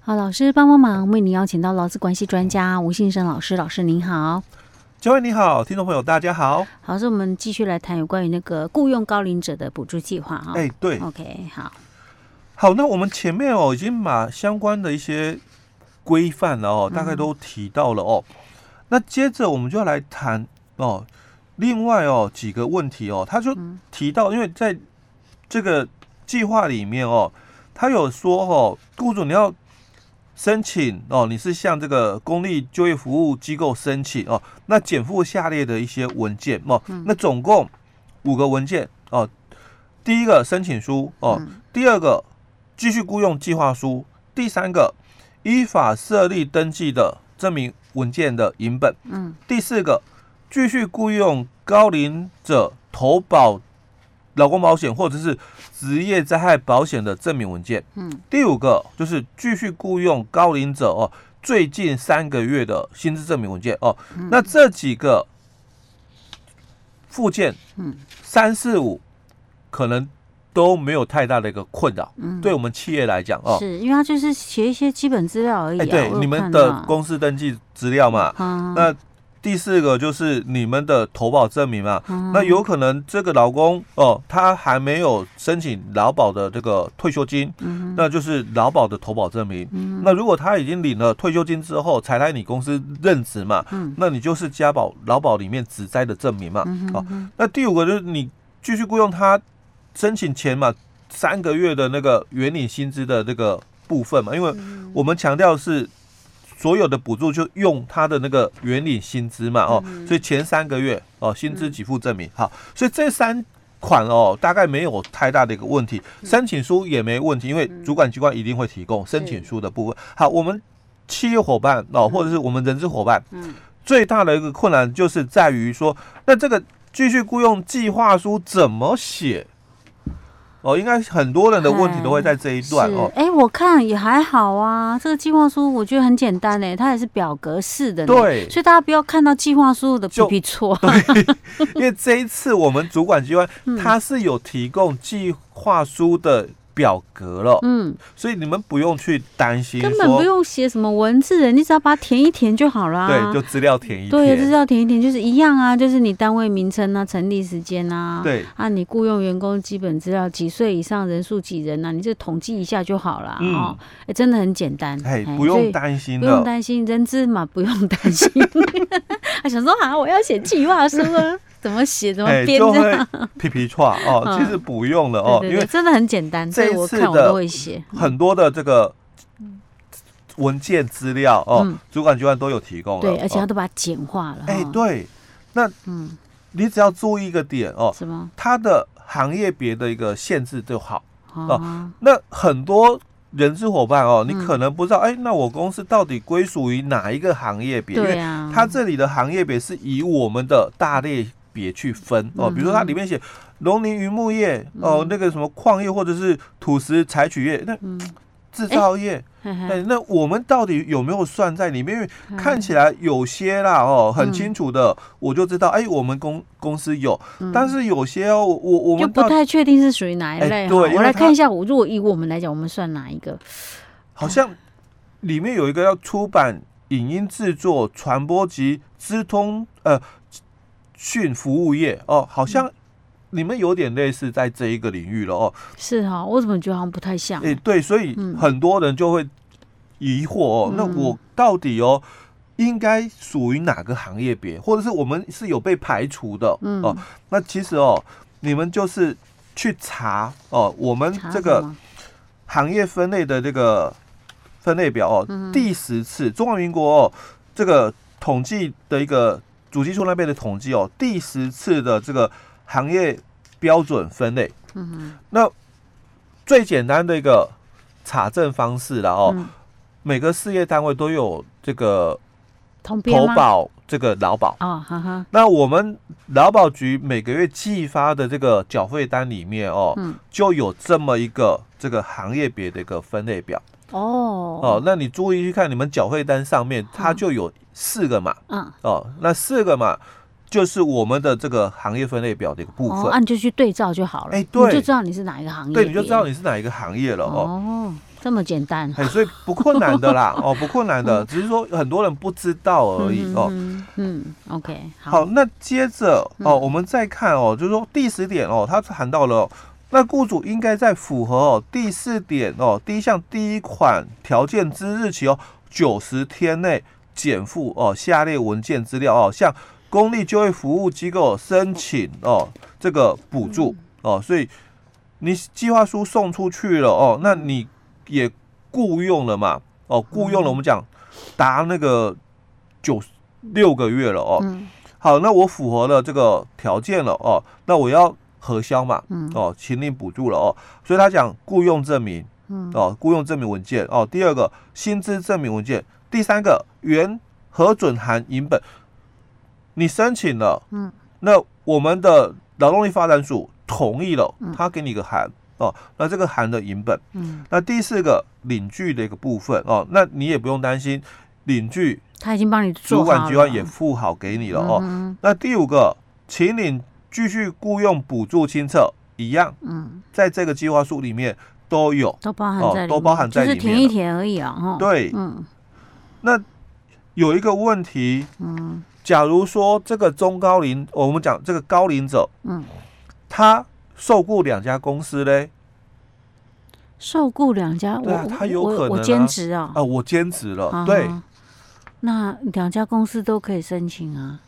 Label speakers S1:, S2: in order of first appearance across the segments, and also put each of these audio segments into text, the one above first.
S1: 好，老师帮帮忙，为您邀请到劳资关系专家吴信生老师，老师您好。
S2: 教会你好，听众朋友大家好。
S1: 好，是我们继续来谈有关于那个雇佣高龄者的补助计划啊。
S2: 哎、对，
S1: OK，好，
S2: 好，那我们前面哦已经把相关的一些规范了哦，大概都提到了哦。那接着我们就要来谈哦，另外哦几个问题哦，他就提到，因为在这个计划里面哦，他有说哦，雇主你要申请哦，你是向这个公立就业服务机构申请哦，那减负下列的一些文件哦，那总共五个文件哦，第一个申请书哦，第二个继续雇佣计划书，第三个依法设立登记的证明文件的影本，
S1: 嗯，
S2: 第四个继续雇佣高龄者投保劳工保险或者是职业灾害保险的证明文件，
S1: 嗯，
S2: 第五个就是继续雇佣高龄者哦，最近三个月的薪资证明文件哦，
S1: 嗯
S2: 那这几个附件，
S1: 嗯，
S2: 三四五可能都没有太大的一个困扰，
S1: 嗯，
S2: 对我们企业来讲哦，
S1: 是因为他就是写一些基本资料而已、啊。
S2: 哎，对
S1: 我有
S2: 你们
S1: 看
S2: 的
S1: 到
S2: 公司登记资料嘛，
S1: 啊，
S2: 那第四个就是你们的投保证明嘛，
S1: 嗯
S2: 那有可能这个劳工哦，他还没有申请劳保的这个退休金，
S1: 嗯
S2: 那就是劳保的投保证明。那如果他已经领了退休金之后才来你公司任职嘛，
S1: 嗯
S2: 那你就是加保劳保里面职灾的证明嘛。
S1: 嗯
S2: 哦，那第五个就是你继续雇佣他申请前嘛三个月的那个原领薪资的这个部分嘛，因为我们强调是所有的补助就用他的那个原领薪资嘛，哦，所以前三个月哦，薪资给付证明，好，所以这三款哦，大概没有太大的一个问题，申请书也没问题，因为主管机关一定会提供申请书的部分。好，我们企业伙伴哦，或者是我们人资伙伴，
S1: 嗯，
S2: 最大的一个困难就是在于说，那这个继续雇佣计划书怎么写？哦，应该很多人的问题都会在这一
S1: 是
S2: 段哦。
S1: 哎、我看也还好啊，这个计划书我觉得很简单诶、它也是表格式的呢，
S2: 对
S1: 所以大家不要看到计划书的屁
S2: 就
S1: 屁 错，
S2: 因为这一次我们主管机关
S1: 嗯
S2: 它是有提供计划书的表格了，
S1: 嗯，
S2: 所以你们不用去担心
S1: 根本不
S2: 说，
S1: 用写什么文字的，你只要把它填一填就好啦。
S2: 对，就资料填一
S1: 对，就是
S2: 填，
S1: 要填一填，就是一样啊，就是你单位名称啊、成立时间啊，
S2: 对，
S1: 啊，你雇佣员工基本资料几岁以上、人数几人啊，你就统计一下就好啦。
S2: 嗯
S1: 哦。哎、真的很简单，
S2: 哎，
S1: 哎
S2: 不
S1: 所
S2: 用
S1: 以
S2: 担心
S1: 不用
S2: 的，
S1: 担心，人资嘛不用担心。 他想说啊，我要写计划书啊， 怎么写怎么
S2: 哎，
S1: 编
S2: 就
S1: 这
S2: 会
S1: 样。
S2: 皮皮 错哦，
S1: 嗯
S2: 其实不用了哦，
S1: 对
S2: 因
S1: 对对，
S2: 为
S1: 真的很简单，所
S2: 这
S1: 以
S2: 一
S1: 我
S2: 次
S1: 看我
S2: 的
S1: 都会写。
S2: 很多的这个文件资料哦
S1: 嗯，
S2: 主管机关都有提供了，
S1: 对，而且他
S2: 哦
S1: 都把哦它简化了。
S2: 哎
S1: 哈，
S2: 对，那
S1: 嗯，
S2: 你只要注意一个点哦，
S1: 是吗？
S2: 它的行业别的一个限制就好。
S1: 哦，
S2: 那很多人事伙伴
S1: 嗯
S2: 哦，你可能不知道，哎、那我公司到底归属于哪一个行业别？因
S1: 对
S2: 为
S1: 啊，
S2: 它这里的行业别是以我们的大类别去分哦，
S1: 嗯
S2: 比如说它里面写农林渔牧业哦，那个什么矿业或者是土石采取业，那
S1: 嗯
S2: 制造业，
S1: 嘿
S2: 哎、
S1: 嘿
S2: 那我们到底有没有算在里面？因为
S1: 嗯
S2: 看起来有些啦哦，很
S1: 嗯
S2: 清楚的，我就知道，哎、我们公公司有，
S1: 嗯
S2: 但是有些哦，我我
S1: 就
S2: 们
S1: 不
S2: 到底
S1: 太确定是属于哪一
S2: 哎
S1: 类哈。
S2: 对因
S1: 我
S2: 为
S1: 来
S2: 它
S1: 看一下，我如果以我们来讲，我们算哪一个？
S2: 好像里面有一个要出版、影音制作、传播及资通呃讯服务业哦，好
S1: 嗯
S2: 像你们有点类似在这一个领域了哦。
S1: 是哈，我怎么觉得好像不太像
S2: 诶、？对，所以
S1: 嗯
S2: 很多人就会疑惑哦，那我到底哦？应该属于哪个行业别，或者是我们是有被排除的、
S1: 嗯
S2: 哦？那其实哦，你们就是去查哦，我们
S1: 查
S2: 这
S1: 什
S2: 个
S1: 么
S2: 行业分类的这个分类表哦，
S1: 嗯
S2: 第十次中华民国、哦、这个统计的一个主计处那边的统计哦，第十次的这个行业标准分类。嗯那最简单的一个查证方式了哦，
S1: 嗯
S2: 每个事业单位都有这个
S1: 统编
S2: 投
S1: 吗？
S2: 保这个劳保。
S1: 哦，哈哈，
S2: 那我们劳保局每个月寄发的这个缴费单里面哦，
S1: 嗯
S2: 就有这么一个这个行业别的一个分类表
S1: 哦，
S2: 哦。那你注意去看你们缴费单上面，它就有四个码
S1: 嗯，
S2: 哦。那四个码就是我们的这个行业分类表的一个部
S1: 哦，
S2: 分，
S1: 啊，你就去对照就好了，
S2: 哎
S1: 你
S2: 对
S1: 就知道你是哪一个行业别，
S2: 对，你就知道你是哪一个行业了哦。
S1: 哦，这么简单。
S2: 嘿，所以不困难的啦，哦，不困难的，只是说很多人不知道而已哦。
S1: 嗯嗯嗯，OK，
S2: 好，
S1: 好，
S2: 那接着哦，我们再看哦，就是说第十点哦，他谈到了哦、那雇主应该在符合哦第四点哦第一项第一款条件之日起哦九十天内减负哦下列文件资料哦，向公立就业服务机构申请哦这个补助哦，所以你计划书送出去了哦，那你也雇佣了嘛哦，雇佣了我们讲达那个九六个月了哦，
S1: 嗯
S2: 好，那我符合了这个条件了哦，那我要核销嘛，
S1: 嗯
S2: 哦，请领补助了哦，所以他讲雇佣证明
S1: 嗯
S2: 哦，雇佣证明文件哦，第二个薪资证明文件，第三个原核准函影本，你申请了，
S1: 嗯，
S2: 那我们的劳动力发展署同意了，他给你一个函哦，那这个函的影本。
S1: 嗯，
S2: 那第四个领据的一个部分哦，那你也不用担心，领据
S1: 他已经帮你做
S2: 主管
S1: 好
S2: 机关
S1: 了，
S2: 也附好给你了哦。
S1: 嗯
S2: 那第五个，请领继续雇佣补助清册，一样
S1: 嗯，
S2: 在这个计划书里面都有。
S1: 都包含
S2: 哦
S1: 在里面，
S2: 都包含在
S1: 就是
S2: 里
S1: 填
S2: 面
S1: 一
S2: 了
S1: 填而已啊，哈，
S2: 对
S1: 嗯
S2: 那有一个问题，
S1: 嗯
S2: 假如说这个中高龄，我们讲这个高龄者，
S1: 嗯，
S2: 他受雇两家公司嘞，
S1: 受雇两家，
S2: 对啊
S1: 我
S2: 他有
S1: 我
S2: 可
S1: 我
S2: 能啊
S1: 兼职啊
S2: 啊、，我兼职了，
S1: 啊
S2: 对，，
S1: 那两家公司都可以申请啊，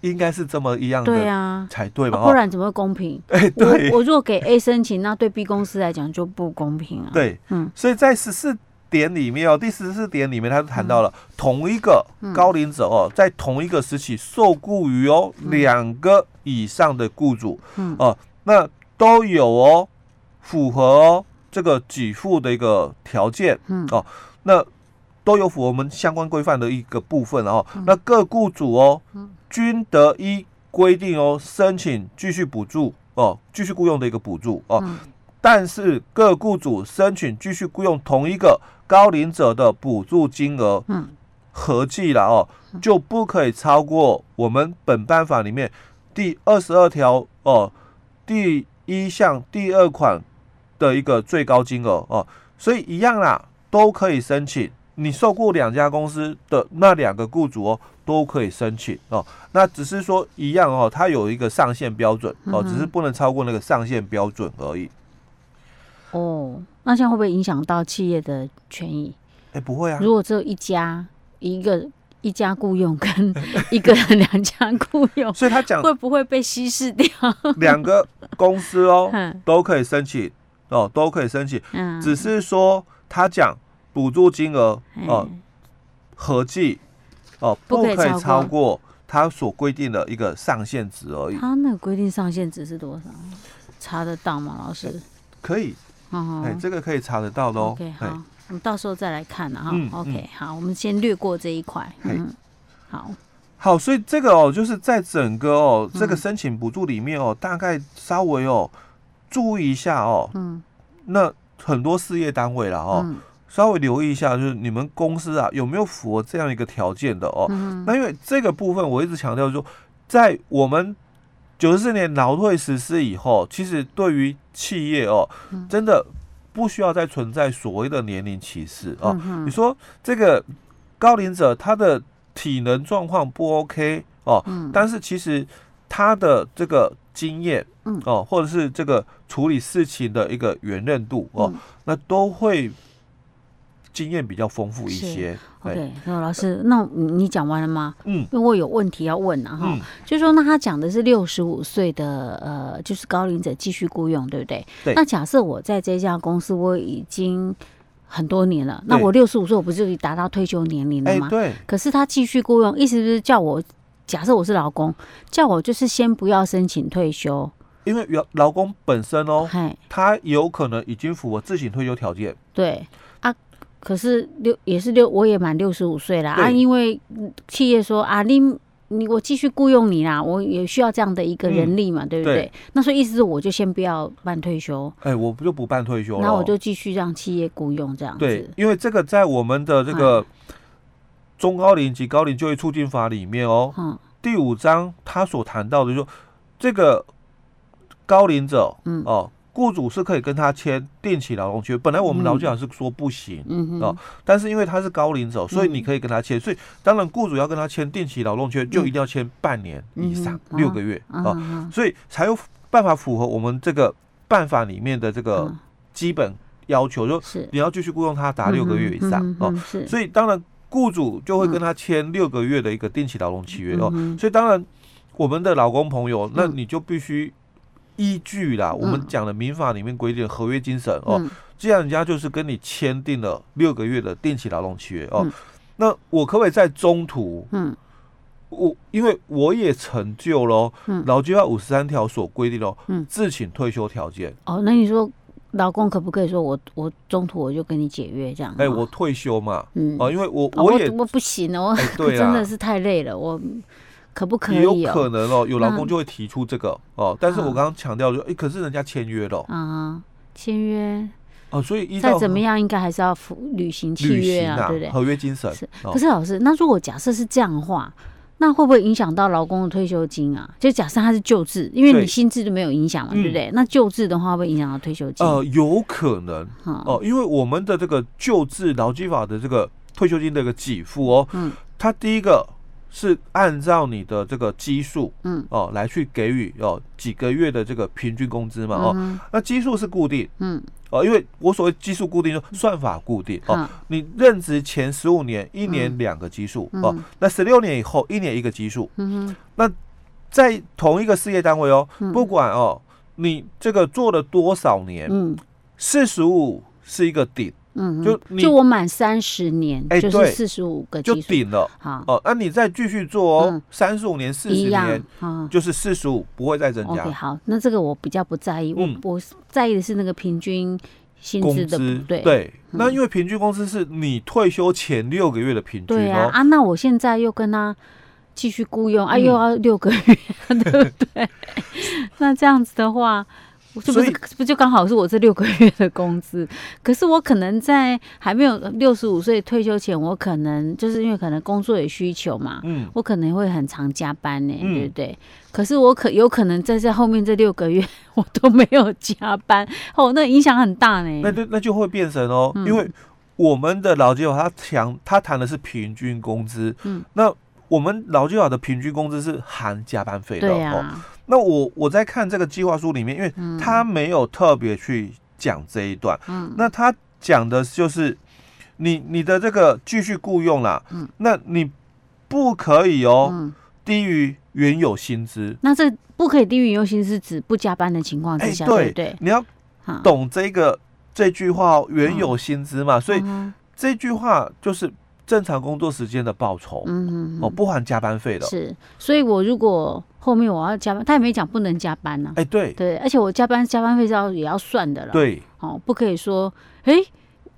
S2: 应该是这么一样
S1: 对
S2: 的
S1: 啊，
S2: 才对吧？
S1: 啊不
S2: 哦，
S1: 然怎么会公平？
S2: 哎，对
S1: 我，我若给 A 申请，那对 B 公司来讲就不公平啊。，
S2: 对，
S1: 嗯
S2: 所以在十四点里面哦，第十四点里面，他就谈到了、
S1: 嗯
S2: 同一个高龄者哦，在同一个时期受雇于哦两、个以上的雇主
S1: 嗯
S2: 哦、那都有哦符合哦这个给付的一个条件，
S1: 嗯
S2: 哦，那都有符合我们相关规范的一个部分哦。
S1: 嗯
S2: 那各雇主哦，均得依规定哦申请继续补助哦，继续雇佣的一个补助哦。
S1: 嗯
S2: 但是各雇主申请继续雇佣同一个高龄者的补助金额
S1: 嗯
S2: 合计了哦，就不可以超过我们本办法里面第二十二条哦第一项第二款的一个最高金额哦，所以一样啦，都可以申请。你受雇两家公司的那两个雇主哦，都可以申请哦。那只是说一样哦，它有一个上限标准哦，
S1: 嗯哼
S2: 只是不能超过那个上限标准而已。
S1: 哦，那这样会不会影响到企业的权益？
S2: 哎、不会啊，
S1: 如果只有一家一个一家雇佣 跟一个人两家雇佣，
S2: 所以他讲
S1: 会不会被稀释掉？
S2: 两个公司哦
S1: 嗯
S2: 都可以申请哦，都可以申请，
S1: 嗯，
S2: 只是说他讲补助金额哦
S1: 哎
S2: 合计哦
S1: 不
S2: 不
S1: 可以
S2: 可
S1: 超过
S2: 以超过他所规定的一个上限值而已，
S1: 他那个规定上限值是多少？查得到吗，老师？
S2: 可以
S1: 哦
S2: 哎，这个可以查得到的哦
S1: OK，，
S2: 哎
S1: 好，我们到时候再来看了哈
S2: 嗯。嗯
S1: OK，好，我们先略过这一块。
S2: 嘿
S1: 嗯，好，
S2: 好，所以这个哦，就是在整个哦
S1: 嗯
S2: 这个申请补助里面哦，大概稍微哦注意一下哦，
S1: 嗯
S2: 那很多事业单位啦哦，
S1: 嗯
S2: 稍微留意一下，就是你们公司啊有没有符合这样一个条件的哦？
S1: 嗯
S2: 那因为这个部分我一直强调说，在我们九十四年劳退实施以后，其实对于企业哦，
S1: 嗯
S2: 真的不需要再存在所谓的年龄歧视
S1: 嗯
S2: 哦。你说这个高龄者他的体能状况不 OK 哦，
S1: 嗯
S2: 但是其实他的这个经验，
S1: 嗯
S2: 哦，或者是这个处理事情的一个圆润度哦，
S1: 嗯
S2: 那都会经验比较丰富一些。哎，
S1: OK，那老师，那你你讲完了吗？
S2: 嗯
S1: 因为我有问题要问啊哈。
S2: 嗯，
S1: 就说那他讲的是六十五岁的呃，就是高龄者继续雇佣，对不对？
S2: 对
S1: 那假设我在这家公司我已经很多年了，那
S2: 对
S1: 我六十五岁，我不是就达到退休年龄了
S2: 哎，
S1: 吗？
S2: 对，
S1: 可是他继续雇佣，意思就是叫我，假设我是老公，叫我就是先不要申请退休，
S2: 因为劳劳工本身哦，
S1: 嗨，
S2: 他有可能已经符合自行退休条件，
S1: 对啊。可是六也是六，我也满六十五岁啦啊，
S2: 对
S1: 因为嗯企业说啊，你你我继续雇佣你啦，我也需要这样的一个人力嘛，对不对？
S2: 嗯对
S1: 那所以意思是我就先不要办退休，
S2: 哎，我不就不办退休
S1: 然
S2: 了
S1: 后我
S2: 哦。
S1: 就继续让企业雇佣这样
S2: 对
S1: 子，，嗯
S2: 因为这个在我们的这个中高龄及高龄就业促进法里面哦，
S1: 嗯
S2: 第五章他所谈到的就这个高龄者
S1: 嗯
S2: 哦，雇主是可以跟他签定期劳动契约。本来我们劳基法是说不行，
S1: 嗯
S2: 哦
S1: 哼，
S2: 但是因为他是高龄者，所以你可以跟他签。所以当然，雇主要跟他签定期劳动契约，就一定要签半年以上
S1: 嗯，哼
S2: 六个月
S1: 啊
S2: 哦，
S1: 啊，
S2: 所以才有办法符合我们这个办法里面的这个
S1: 嗯
S2: 基本要求，就是你要继续雇佣他达六个月以上
S1: 嗯哼
S2: 哦
S1: 嗯。哼是
S2: 所以当然，雇主就会跟他签六个月的一个定期劳动契约哦。
S1: 嗯哼
S2: 所以当然，我们的老公朋友，那
S1: 嗯
S2: 你就必须依据啦，我们
S1: 嗯
S2: 讲的民法里面规定的合约精神哦。
S1: 嗯
S2: 既然人家就是跟你签订了六个月的定期劳动契约哦
S1: 嗯，
S2: 那我可不可以在中途，
S1: 嗯
S2: 我因为我也成就喽
S1: 嗯
S2: 劳基法五十三条所规定喽
S1: 嗯
S2: 自请退休条件，
S1: 哦，那你说老公可不可以说我我中途我就跟你解约这样？哦
S2: 哎，我退休嘛，
S1: 嗯
S2: 哦，因为我
S1: 哦
S2: 我也
S1: 我不行哦，
S2: 哎
S1: 我
S2: 对
S1: 真
S2: 啊
S1: 的，是太累了，我可不可
S2: 也
S1: 以
S2: 有
S1: 哦？
S2: 可能哦，有老公
S1: 那
S2: 就会提出这个哦，但是我
S1: 嗯
S2: 刚刚强调就，哎，可是人家签约了
S1: 啊，签约
S2: 哦，所以依
S1: 再
S2: 照
S1: 怎么样，应该还是要服履行契
S2: 履
S1: 约
S2: 行
S1: 啊，
S2: 啊
S1: 对不对？
S2: 合约精神
S1: 是，
S2: 哦
S1: 可是老师，那如果假设是这样的话，那会不会影响到劳工的退休金啊？就假设他是旧制，因为
S2: 对
S1: 你新制就没有影响嘛，对不
S2: 嗯
S1: 对？那旧制的话，会不会影响到退休金？
S2: 呃，有可能
S1: 哈，
S2: 哦，因为我们的这个救治劳基法的这个退休金的一个给付哦，
S1: 嗯，
S2: 它第一个是按照你的这个基数，
S1: 嗯，
S2: 哦，来去给予哦几个月的这个平均工资嘛，哦，
S1: 嗯
S2: 那基数是固定
S1: 嗯
S2: 哦，因为我所谓基数固定，就算法固定哦
S1: 好，
S2: 你任职前十五年一年两个基数、哦
S1: 嗯，
S2: 那十六年以后一年一个基数，
S1: 嗯哼
S2: 在同一个事业单位哦，
S1: 嗯
S2: 不管哦你这个做了多少年，
S1: 嗯
S2: 四十五是一个顶。
S1: 嗯哼，
S2: 就你
S1: 就我满三十年，
S2: 哎
S1: 就是
S2: 对
S1: 四十五个
S2: 就
S1: 基数，
S2: 顶了
S1: 好，
S2: 哦。那、你再继续做
S1: 嗯
S2: 哦，三十五年、四十
S1: 一样哦
S2: 年，
S1: 啊。
S2: 就是四十五，不会再增加
S1: OK，。好，那这个我比较不在意，
S2: 嗯
S1: 我我在意的是那个平均薪
S2: 工
S1: 资的
S2: 资
S1: 不对。嗯
S2: 那因为平均工资是你退休前六个月的平
S1: 对
S2: 均
S1: 啊
S2: 哦，
S1: 啊，那我现在又跟他继续雇佣，啊，
S2: 嗯
S1: 又要六个月， 对不对？ 那这样子的话，我是不是
S2: 所以
S1: 是不是就刚好是我这六个月的工资？可是我可能在还没有六十五岁退休前，我可能就是因为可能工作有需求嘛。
S2: 嗯，
S1: 我可能会很常加班呢、
S2: 嗯
S1: 对不对？可是我可有可能在这后面这六个月我都没有加班， 哦，那影响很大呢、
S2: 那就那就会变成哦，
S1: 嗯
S2: 因为我们的劳基法它强，它谈的是平均工资，
S1: 嗯，
S2: 那。我们劳基法的平均工资是含加班费的
S1: 对
S2: 哦。
S1: 啊，
S2: 那我我在看这个计划书里面，因为它没有特别去讲这一段，
S1: 嗯
S2: 那他讲的就是你你的这个继续雇佣啦，
S1: 嗯
S2: 那你不可以哦、
S1: 嗯，
S2: 低于原有薪资。
S1: 那这不可以低于优薪是指不加班的情况之下，对
S2: 哎对
S1: 不对？
S2: 你要
S1: 哈，
S2: 懂这个这句话、哦，原有薪资嘛，所以
S1: 嗯
S2: 这句话就是正常工作时间的报酬、
S1: 嗯
S2: 哦，不含加班费的。
S1: 是，所以我如果后面我要加班，他也没讲不能加班呢、
S2: 哎、对
S1: 对，而且我加班加班费是要也要算的了，，
S2: 对，
S1: 哦，不可以说，哎、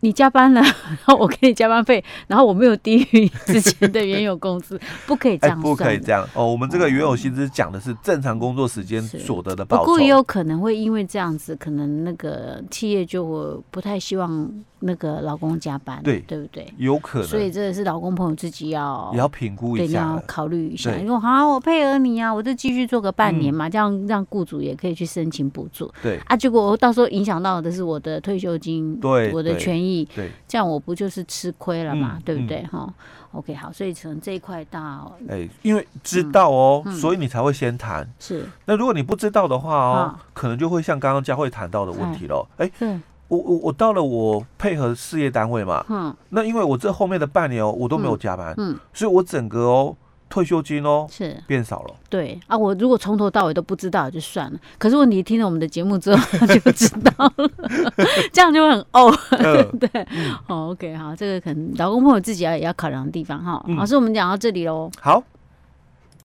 S1: 你加班了， 然后我给你加班费，然后我没有低于之前的原有工资，不可以这
S2: 哎、
S1: 样
S2: 不可以
S1: 算
S2: 这
S1: 的。
S2: 样哦。我们这个原有薪资讲的是正常工作时间
S1: 是
S2: 所得的
S1: 不
S2: 报酬
S1: 过。也有可能会因为这样子，可能那个企业就会不太希望那个老公加班，
S2: 对
S1: 对不对？
S2: 有可
S1: 所以
S2: 能
S1: 这个是老公朋友自己要
S2: 也要评估
S1: 对，
S2: 一
S1: 你
S2: 下
S1: 要
S2: 了，
S1: 考虑一下。
S2: 对嗯
S1: 你说好、我配合你啊，我就继续做个半年嘛，这样让雇主也可以去申请补助
S2: 对
S1: 啊。结果我到时候影响到的是我的退休金，
S2: 对
S1: 我的
S2: 对
S1: 权益，
S2: 对。
S1: 这样我不就是吃亏了嘛，
S2: 嗯
S1: 对不
S2: 嗯
S1: 对？哈、o k 好，所以从这一块到
S2: 哎、因
S1: 嗯
S2: 为知道哦，所以你才会先谈。
S1: 是
S2: 那如果你不知道的话哦，
S1: 啊
S2: 可能就会像刚刚佳慧谈到的问题咯。哎、
S1: 对，
S2: 我我我到了我配合事业单位嘛，
S1: 嗯
S2: 那因为我这后面的半年哦，我都没有加班，
S1: 嗯，
S2: 所以我整个哦退休金哦
S1: 是
S2: 变少了。
S1: 对啊。我如果从头到尾都不知道也就算了，可是问题听了我们的节目之后他就知道了， 这样就会很哦。
S2: 嗯，
S1: 对，哦，OK，好，这个可能老公朋友自己要也要考量的地方哈。
S2: 嗯
S1: 老师，我们讲到这里喽。
S2: 好，